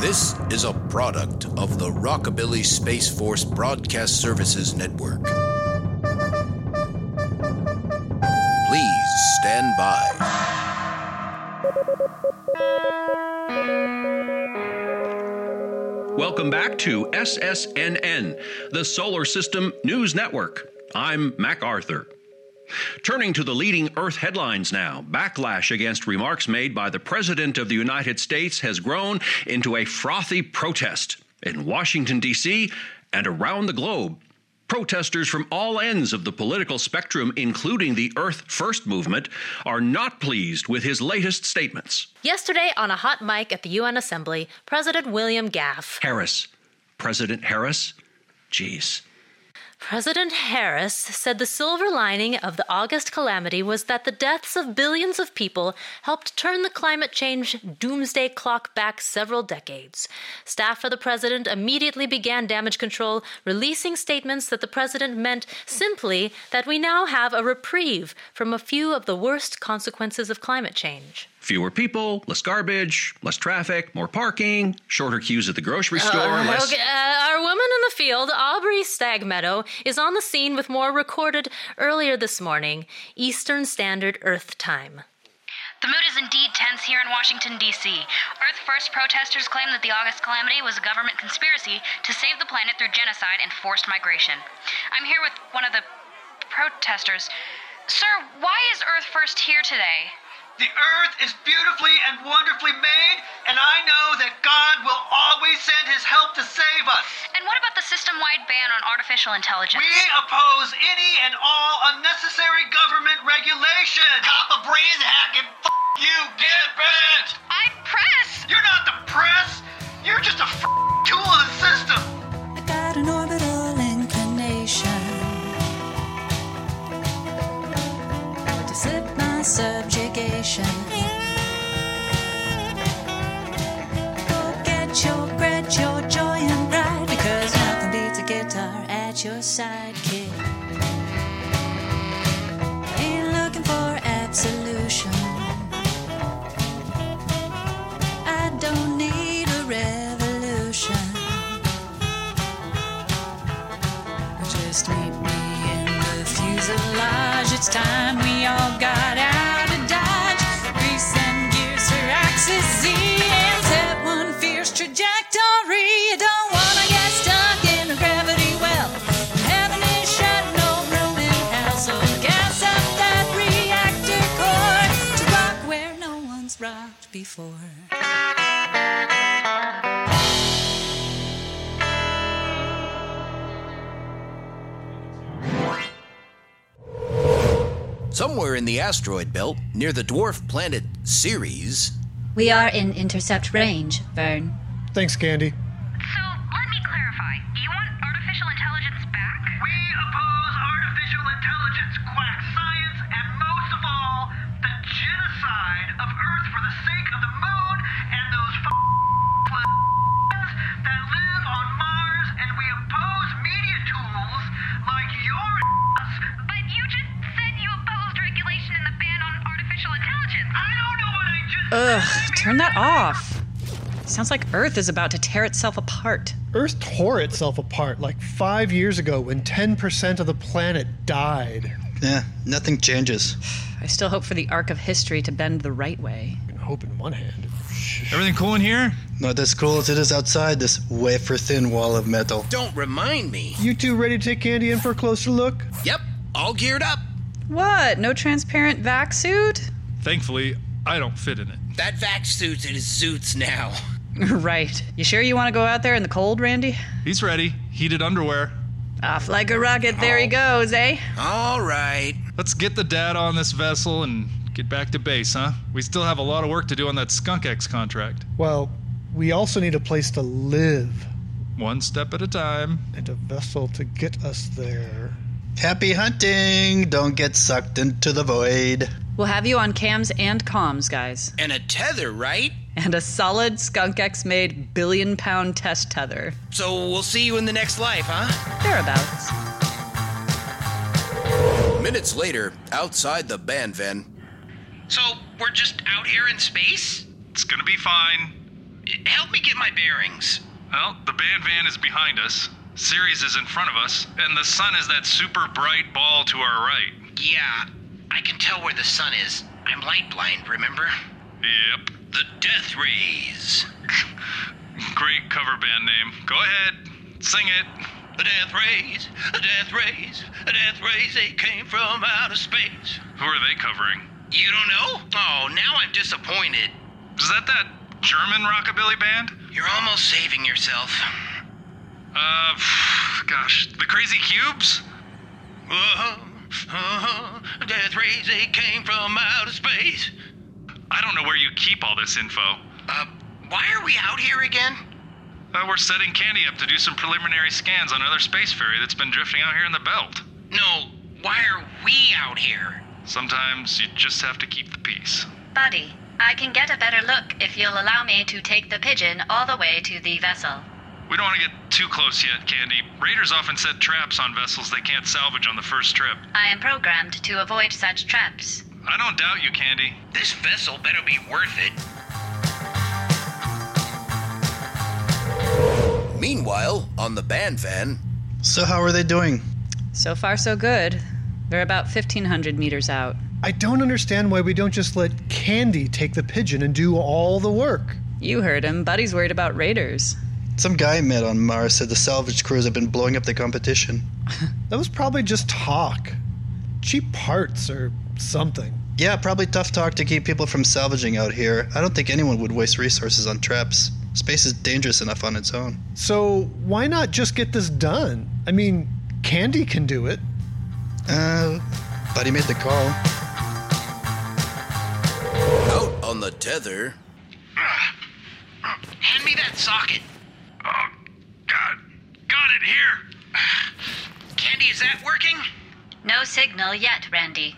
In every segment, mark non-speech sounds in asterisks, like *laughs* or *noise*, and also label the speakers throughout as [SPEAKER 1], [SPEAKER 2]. [SPEAKER 1] This is a product of the Rockabilly Space Force Broadcast Services Network. Please stand by.
[SPEAKER 2] Welcome back to SSNN, the Solar System News Network. I'm Mac Arthur. Turning to the leading Earth headlines now, backlash against remarks made by the President of the United States has grown into a frothy protest in Washington, D.C., and around the globe. Protesters from all ends of the political spectrum, including the Earth First movement, are not pleased with his latest statements.
[SPEAKER 3] Yesterday, on a hot mic at the UN Assembly, President William Gaff,
[SPEAKER 2] Harris, President Harris, jeez.
[SPEAKER 3] President Harris, said the silver lining of the August calamity was that the deaths of billions of people helped turn the climate change doomsday clock back several decades. Staff of the president immediately began damage control, releasing statements that the president meant simply that we now have a reprieve from a few of the worst consequences of climate change.
[SPEAKER 2] Fewer people, less garbage, less traffic, more parking, shorter queues at the grocery
[SPEAKER 3] Oh,
[SPEAKER 2] store, less.
[SPEAKER 3] Okay, uh, our woman in the field, Aubrey Stagmeadow, is on the scene with more recorded earlier this morning, Eastern Standard Earth Time.
[SPEAKER 4] The mood is indeed tense here in Washington, D.C. Earth First protesters claim that the August calamity was a government conspiracy to save the planet through genocide and forced migration. I'm here with one of the protesters. Sir, why is Earth First here today?
[SPEAKER 5] The earth is beautifully and wonderfully made, and I know that God will always send his help to save us.
[SPEAKER 4] And what about the system wide ban on artificial intelligence?
[SPEAKER 5] We oppose any and all unnecessary government regulation. Cop a brain hack and f- you get bent.
[SPEAKER 4] I press!
[SPEAKER 5] You're not the press. You're just a f- tool of the system.
[SPEAKER 6] I got an orbital inclination to slip my subjugation. Go get your grit, your joy and pride, because nothing beats a guitar at your side, kid. Ain't looking for absolution. I don't need a revolution. Just meet me in the fuselage. It's time we all got out of dodge. Recent gears for axis Z and set one fierce trajectory. You don't wanna get stuck in a gravity well. Heaven is shut, no room in hell. So gas up that reactor core to rock where no one's rocked before.
[SPEAKER 1] Somewhere in the asteroid belt, near the dwarf planet Ceres,
[SPEAKER 7] We are in intercept range, Vern.
[SPEAKER 8] Thanks, Candy.
[SPEAKER 4] So let me clarify. You want artificial intelligence back?
[SPEAKER 5] We oppose artificial intelligence, quack science, and most of all, the genocide of Earth for the sake of the moon and those f- that live on Mars, and we oppose media tools like your ass.
[SPEAKER 4] But you just said you opposed regulation and the ban on artificial intelligence.
[SPEAKER 5] I don't know what I just
[SPEAKER 9] Ugh, turn that off. Sounds like Earth is about to tear itself apart.
[SPEAKER 8] Earth tore itself apart like five years ago when 10% of the planet died.
[SPEAKER 10] Yeah, nothing changes.
[SPEAKER 9] I still hope for the arc of history to bend the right way.
[SPEAKER 8] You can hope in one hand.
[SPEAKER 11] Everything cool in here?
[SPEAKER 10] Not as cool as it is outside this wafer thin wall of metal.
[SPEAKER 1] don't remind me.
[SPEAKER 8] You two ready to take Candy in for a closer look?
[SPEAKER 1] Yep, all geared up.
[SPEAKER 9] What? No transparent vac suit? *laughs*
[SPEAKER 11] Thankfully, I don't fit in it.
[SPEAKER 1] That vac suit is suits now.
[SPEAKER 9] right. You sure you want to go out there in the cold, Randy?
[SPEAKER 11] He's ready. Heated underwear.
[SPEAKER 9] Off like a rocket, there he goes, eh?
[SPEAKER 1] Oh. All right.
[SPEAKER 11] Let's get the data on this vessel and get back to base, huh? We still have a lot of work to do on that Skunk X contract.
[SPEAKER 8] Well, we also need a place to live
[SPEAKER 11] One step at a time.
[SPEAKER 8] and a vessel to get us there.
[SPEAKER 10] Happy hunting! Don't get sucked into the void.
[SPEAKER 9] We'll have you on cams and comms, guys.
[SPEAKER 1] And a tether, right?
[SPEAKER 9] And a solid Skunk X made billion pound test tether.
[SPEAKER 1] So we'll see you in the next life, huh?
[SPEAKER 9] Thereabouts.
[SPEAKER 1] Minutes later, outside the band van,
[SPEAKER 5] So we're just out here in space?
[SPEAKER 11] It's gonna be fine.
[SPEAKER 1] Help me get my bearings.
[SPEAKER 11] Well, the band van is behind us, Ceres is in front of us, and the sun is that super bright ball to our right.
[SPEAKER 1] Yeah, I can tell where the sun is. I'm light blind, remember?
[SPEAKER 11] Yep.
[SPEAKER 1] The Death Rays.
[SPEAKER 11] *laughs* Great cover band name. Go ahead, sing it.
[SPEAKER 1] The Death Rays, the Death Rays, the Death Rays, they came from outer space.
[SPEAKER 11] Who are they covering?
[SPEAKER 1] You don't know? Oh, now I'm disappointed.
[SPEAKER 11] Is that that German rockabilly band?
[SPEAKER 1] You're almost saving yourself.
[SPEAKER 11] Uh, pff, gosh, the Crazy Cubes?
[SPEAKER 1] Uh-huh, uh-huh, Death Rays, they came from outer space.
[SPEAKER 11] I don't know where you keep all this info.
[SPEAKER 1] Uh, why are we out here again?
[SPEAKER 11] Uh, we're setting Candy up to do some preliminary scans on another space ferry that's been drifting out here in the belt.
[SPEAKER 1] No, why are we out here?
[SPEAKER 11] Sometimes you just have to keep the peace.
[SPEAKER 7] Buddy, I can get a better look if you'll allow me to take the pigeon all the way to the vessel.
[SPEAKER 11] We don't want to get too close yet, Candy. Raiders often set traps on vessels they can't salvage on the first trip.
[SPEAKER 7] I am programmed to avoid such traps.
[SPEAKER 11] I don't doubt you, Candy.
[SPEAKER 1] This vessel better be worth it.
[SPEAKER 12] Meanwhile, on the band van,
[SPEAKER 10] So, how are they doing?
[SPEAKER 6] So far, so good. They're about 1,500 meters out.
[SPEAKER 8] I don't understand why we don't just let Candy take the pigeon and do all the work.
[SPEAKER 6] You heard him. Buddy's worried about raiders.
[SPEAKER 10] Some guy I met on Mars said the salvage crews have been blowing up the competition.
[SPEAKER 8] That was probably just talk. Cheap parts or something.
[SPEAKER 10] Yeah, probably tough talk to keep people from salvaging out here. I don't think anyone would waste resources on traps. Space is dangerous enough on its own.
[SPEAKER 8] So why not just get this done? I mean, Candy can do it.
[SPEAKER 10] Uh, Buddy made the call.
[SPEAKER 12] out on the tether,
[SPEAKER 1] Hand me that socket.
[SPEAKER 11] Oh, God. Got it here.
[SPEAKER 1] Candy, is that working?
[SPEAKER 7] No signal yet, Randy.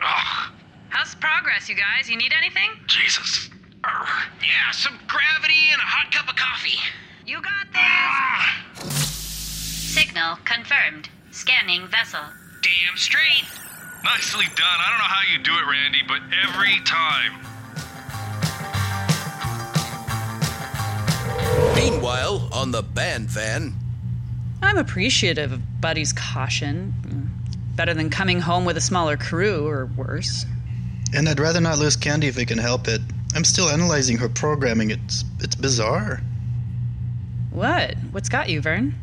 [SPEAKER 11] Oh,
[SPEAKER 6] How's progress, you guys? You need anything?
[SPEAKER 11] Jesus. Arr.
[SPEAKER 1] Yeah, some gravity and a hot cup of coffee.
[SPEAKER 6] You got this!
[SPEAKER 7] Signal confirmed. Scanning vessel.
[SPEAKER 1] Damn straight.
[SPEAKER 11] Nicely done. I don't know how you do it, Randy, but every time.
[SPEAKER 12] meanwhile, on the band van,
[SPEAKER 6] I'm appreciative of Buddy's caution. Mm, Better than coming home with a smaller crew, or worse.
[SPEAKER 10] And I'd rather not lose Candy if we can help it. I'm still analyzing her programming. It's it's bizarre.
[SPEAKER 6] What? What's got you, Vern?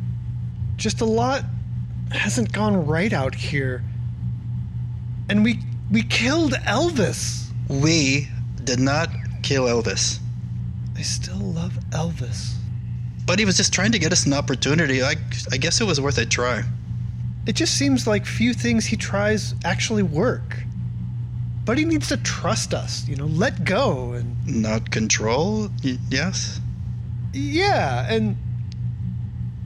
[SPEAKER 8] Just a lot hasn't gone right out here. And we we killed Elvis.
[SPEAKER 10] We did not kill Elvis.
[SPEAKER 8] I still love Elvis.
[SPEAKER 10] Buddy was just trying to get us an opportunity. I, I guess it was worth a try.
[SPEAKER 8] It just seems like few things he tries actually work. But he needs to trust us, you know, let go and
[SPEAKER 10] Not control? Y- yes?
[SPEAKER 8] yeah, and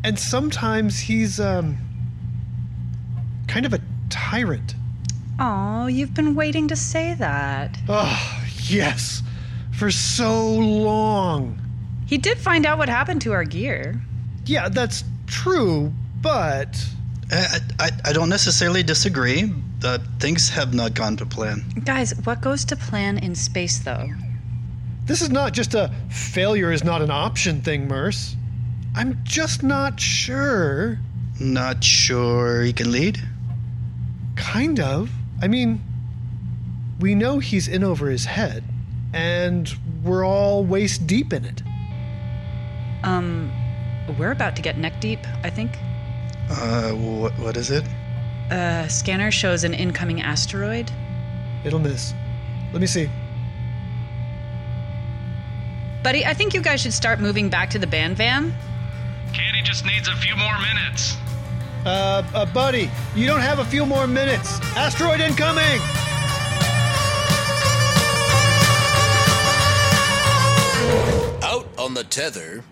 [SPEAKER 8] and sometimes he's um kind of a tyrant. *laughs*
[SPEAKER 6] Oh, you've been waiting to say that.
[SPEAKER 8] Oh, yes. For so long.
[SPEAKER 6] He did find out what happened to our gear.
[SPEAKER 8] Yeah, that's true, but
[SPEAKER 10] I, I, I don't necessarily disagree. Uh, things have not gone to plan.
[SPEAKER 6] Guys, what goes to plan in space, though?
[SPEAKER 8] this is not just a failure is not an option thing, Merce. I'm just not sure.
[SPEAKER 10] Not sure he can lead?
[SPEAKER 8] Kind of. I mean, we know he's in over his head, and we're all waist deep in it.
[SPEAKER 6] Um, we're about to get neck deep, I think.
[SPEAKER 10] Uh, what, what is it?
[SPEAKER 6] Uh, scanner shows an incoming asteroid.
[SPEAKER 8] It'll miss. Let me see.
[SPEAKER 6] Buddy, I think you guys should start moving back to the band van.
[SPEAKER 11] Candy just needs a few more minutes.
[SPEAKER 8] Uh, uh, buddy, you don't have a few more minutes. Asteroid incoming!
[SPEAKER 12] out on the tether,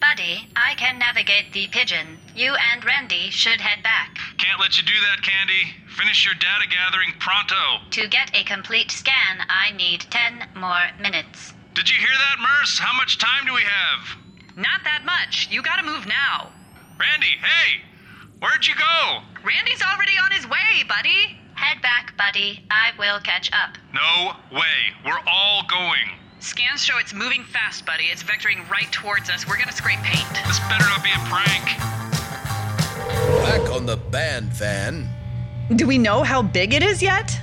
[SPEAKER 7] Buddy, I can navigate the pigeon. You and Randy should head back.
[SPEAKER 11] Can't let you do that, Candy. Finish your data gathering pronto.
[SPEAKER 7] To get a complete scan, I need 10 more minutes.
[SPEAKER 11] Did you hear that, Merce? How much time do we have?
[SPEAKER 6] Not that much. You gotta move now.
[SPEAKER 11] Randy, hey! Where'd you go?
[SPEAKER 6] Randy's already on his way, buddy.
[SPEAKER 7] Head back, Buddy. I will catch up.
[SPEAKER 11] No way. We're all going.
[SPEAKER 13] Scans show it's moving fast, buddy. It's vectoring right towards us. We're gonna scrape paint.
[SPEAKER 11] This better not be a prank.
[SPEAKER 1] Back on the band van.
[SPEAKER 9] Do we know how big it is yet?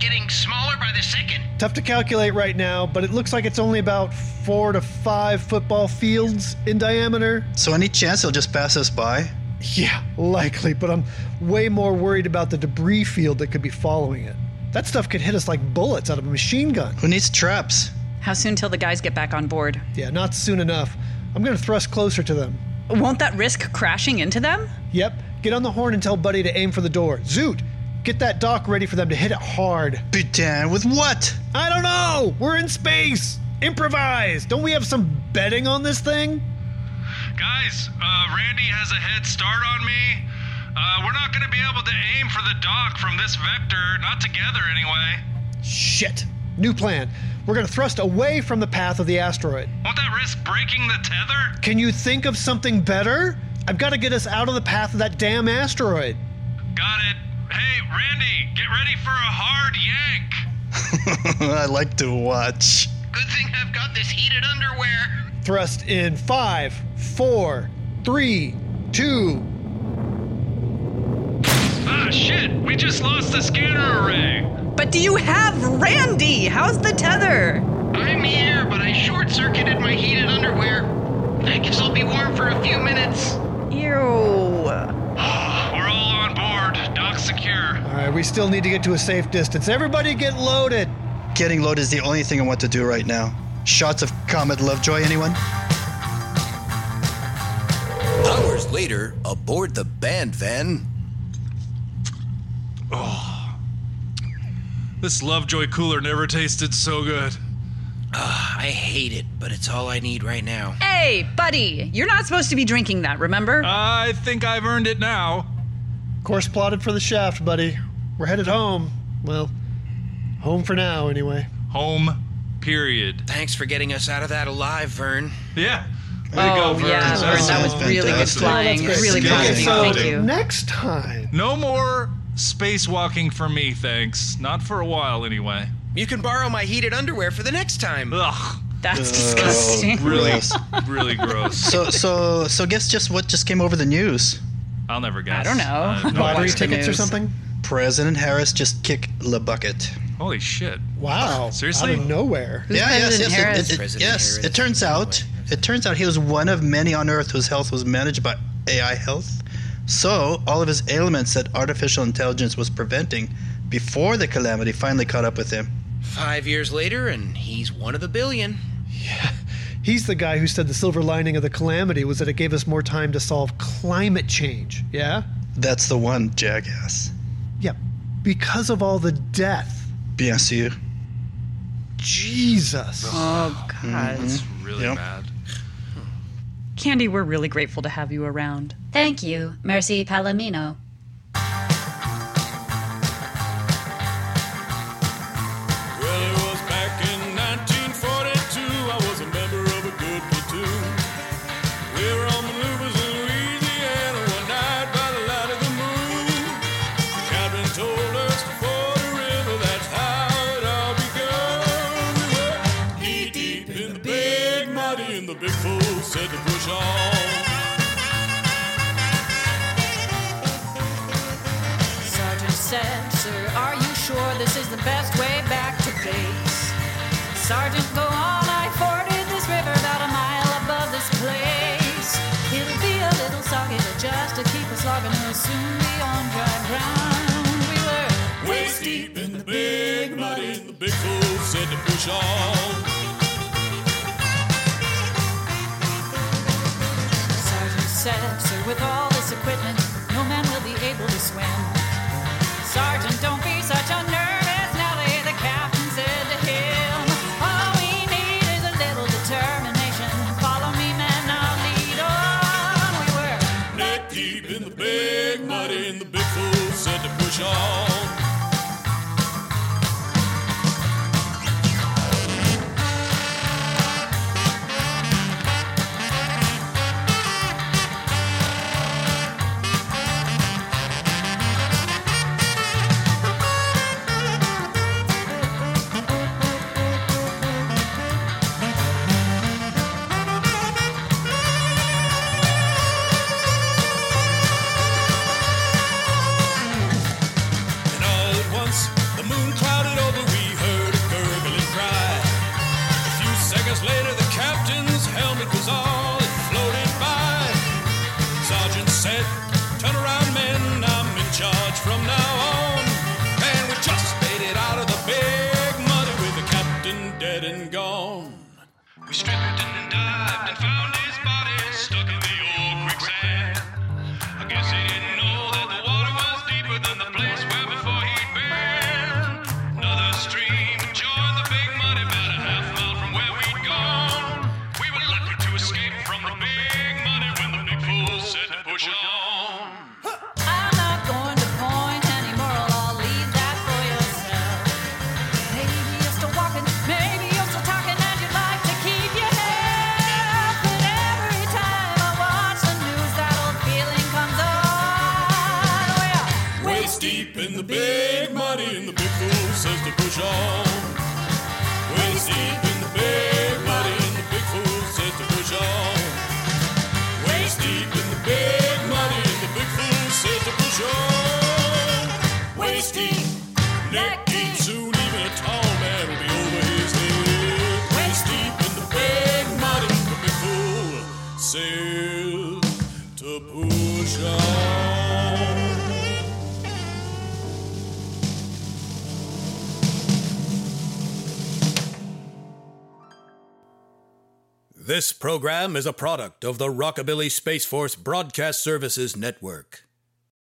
[SPEAKER 14] Getting smaller by the second.
[SPEAKER 8] Tough to calculate right now, but it looks like it's only about four to five football fields in diameter.
[SPEAKER 10] So any chance he'll just pass us by?
[SPEAKER 8] Yeah, likely, but I'm way more worried about the debris field that could be following it. That stuff could hit us like bullets out of a machine gun.
[SPEAKER 10] Who needs traps?
[SPEAKER 9] How soon till the guys get back on board?
[SPEAKER 8] Yeah, not soon enough. I'm gonna thrust closer to them.
[SPEAKER 9] Won't that risk crashing into them?
[SPEAKER 8] Yep, get on the horn and tell Buddy to aim for the door. Zoot! Get that dock ready for them to hit it hard.
[SPEAKER 10] Be damned with what?
[SPEAKER 8] I don't know! We're in space! Improvise! Don't we have some betting on this thing?
[SPEAKER 11] Guys, uh, Randy has a head start on me. Uh, we're not going to be able to aim for the dock from this vector, not together anyway.
[SPEAKER 8] Shit! New plan. We're gonna thrust away from the path of the asteroid.
[SPEAKER 11] Won't that risk breaking the tether?
[SPEAKER 8] Can you think of something better? I've gotta get us out of the path of that damn asteroid.
[SPEAKER 11] Got it. Hey, Randy, get ready for a hard yank.
[SPEAKER 10] *laughs* I like to watch.
[SPEAKER 14] Good thing I've got this heated underwear.
[SPEAKER 8] Thrust in five, four, three, two.
[SPEAKER 11] Ah, shit! We just lost the scanner array.
[SPEAKER 9] But do you have Randy? How's the tether?
[SPEAKER 14] I'm here, but I short circuited my heated underwear. I guess I'll be warm for a few minutes.
[SPEAKER 9] Ew.
[SPEAKER 11] *sighs* We're all on board. Dock secure.
[SPEAKER 8] Alright, we still need to get to a safe distance. Everybody get loaded!
[SPEAKER 10] Getting loaded is the only thing I want to do right now. Shots of Comet Lovejoy, anyone?
[SPEAKER 1] Hours later, aboard the band van. Oh,
[SPEAKER 11] This Lovejoy cooler never tasted so good.
[SPEAKER 1] Ah, I hate it, but it's all I need right now.
[SPEAKER 9] Hey, buddy, you're not supposed to be drinking that, remember?
[SPEAKER 11] I think I've earned it now.
[SPEAKER 8] Course plotted for the shaft, buddy. We're headed home. Well, home for now, anyway.
[SPEAKER 11] Home, period.
[SPEAKER 1] Thanks for getting us out of that alive, Vern.
[SPEAKER 11] Yeah.
[SPEAKER 9] Oh, yeah, Vern, that was really good flying. Really proud of you. Thank you.
[SPEAKER 8] Next time.
[SPEAKER 11] No more spacewalking for me, thanks. Not for a while,
[SPEAKER 10] *laughs*
[SPEAKER 11] anyway.
[SPEAKER 1] You can borrow my heated underwear for the next time.
[SPEAKER 11] Ugh.
[SPEAKER 8] Uh,
[SPEAKER 9] That's
[SPEAKER 10] disgusting.
[SPEAKER 11] Really,
[SPEAKER 10] gross.
[SPEAKER 11] really gross.
[SPEAKER 10] So, so, so, guess just what just came over the news?
[SPEAKER 11] I'll never guess.
[SPEAKER 9] I don't know.
[SPEAKER 11] Uh, no
[SPEAKER 8] Lottery
[SPEAKER 11] idea.
[SPEAKER 8] tickets or something?
[SPEAKER 10] President Harris just kicked the bucket.
[SPEAKER 11] Holy shit. *laughs*
[SPEAKER 8] Wow.
[SPEAKER 11] Seriously?
[SPEAKER 8] Out of nowhere.
[SPEAKER 10] yeah, yes,
[SPEAKER 9] President
[SPEAKER 10] yes, it-
[SPEAKER 9] Harris?
[SPEAKER 10] it, it,
[SPEAKER 1] President
[SPEAKER 10] yes.
[SPEAKER 1] Harris.
[SPEAKER 10] It turns out, it turns out he was one of many on Earth whose health was managed by AI health. So all of his ailments that artificial intelligence was preventing before the calamity finally caught up with him.
[SPEAKER 1] Five years later, and he's one of the billion.
[SPEAKER 8] He's the guy who said the silver lining of the calamity was that it gave us more time to solve climate change. Yeah?
[SPEAKER 10] That's the one, jackass.
[SPEAKER 8] Yeah. Because of all the death.
[SPEAKER 10] Bien sûr.
[SPEAKER 8] Jesus.
[SPEAKER 9] Oh, God.
[SPEAKER 10] Mm-hmm.
[SPEAKER 11] That's really
[SPEAKER 10] Yep.
[SPEAKER 11] bad.
[SPEAKER 9] Candy, we're really grateful to have you around.
[SPEAKER 7] Thank you, Mercy Palomino.
[SPEAKER 15] Well, it was back in 1942. I was a member of a good platoon. We were on maneuvers in Louisiana one night by the light of the moon. Captain told us to ford a river. That's how it all began. We were knee deep in the big muddy, and the big fool said to push on.
[SPEAKER 6] Sergeant said, Sir, are you sure this is the best way back to base? Sergeant, go on, I forded this river about a mile above this place. It'll be a little soggy, but just to keep us logging, we'll soon be on dry ground. We were
[SPEAKER 15] Waist deep in the big mud, and the big fool said to push on.
[SPEAKER 6] Sergeant said, Sir, with all this equipment, no man will be able to swim. Sergeant, don't be such a nervous Nelly, the captain said to him. All we need is a little determination. Follow me, men, I'll lead on. We were
[SPEAKER 15] Neck deep in the big mud, and the big fool said to push on. moon clouded over, we heard a gurgling cry. A few seconds later, the captain's helmet was all that floated by. Sergeant said, Turn around, men, I'm in charge from now on. And we just made it out of the big muddy with the captain dead and gone. We stripped and dived and found his body stuck in the old quicksand. I guess he didn't know that the water was deeper than the place where before he'd been. Another stream joined the big muddy about a half mile from where we'd gone. We were lucky to escape from the big muddy when the big fool said to push on.
[SPEAKER 6] I'm not going to point anymore. I'll leave that for yourself. Maybe you're still walking, maybe you're still talking, and you'd like to keep your head. But every time I watch the news, that old feeling comes on. Well,
[SPEAKER 15] Waist deep in the big muddy, and the big fool says to push on. Waist deep in the big muddy, and the big fool says to push on. Waist deep in the big muddy, and the big fool says to push on. Waist deep, neck deep, soon even a tall man will be over his head. Waist deep in the big muddy, the big fool says to push on.
[SPEAKER 1] This program is a product of the Rockabilly Space Force Broadcast Services Network.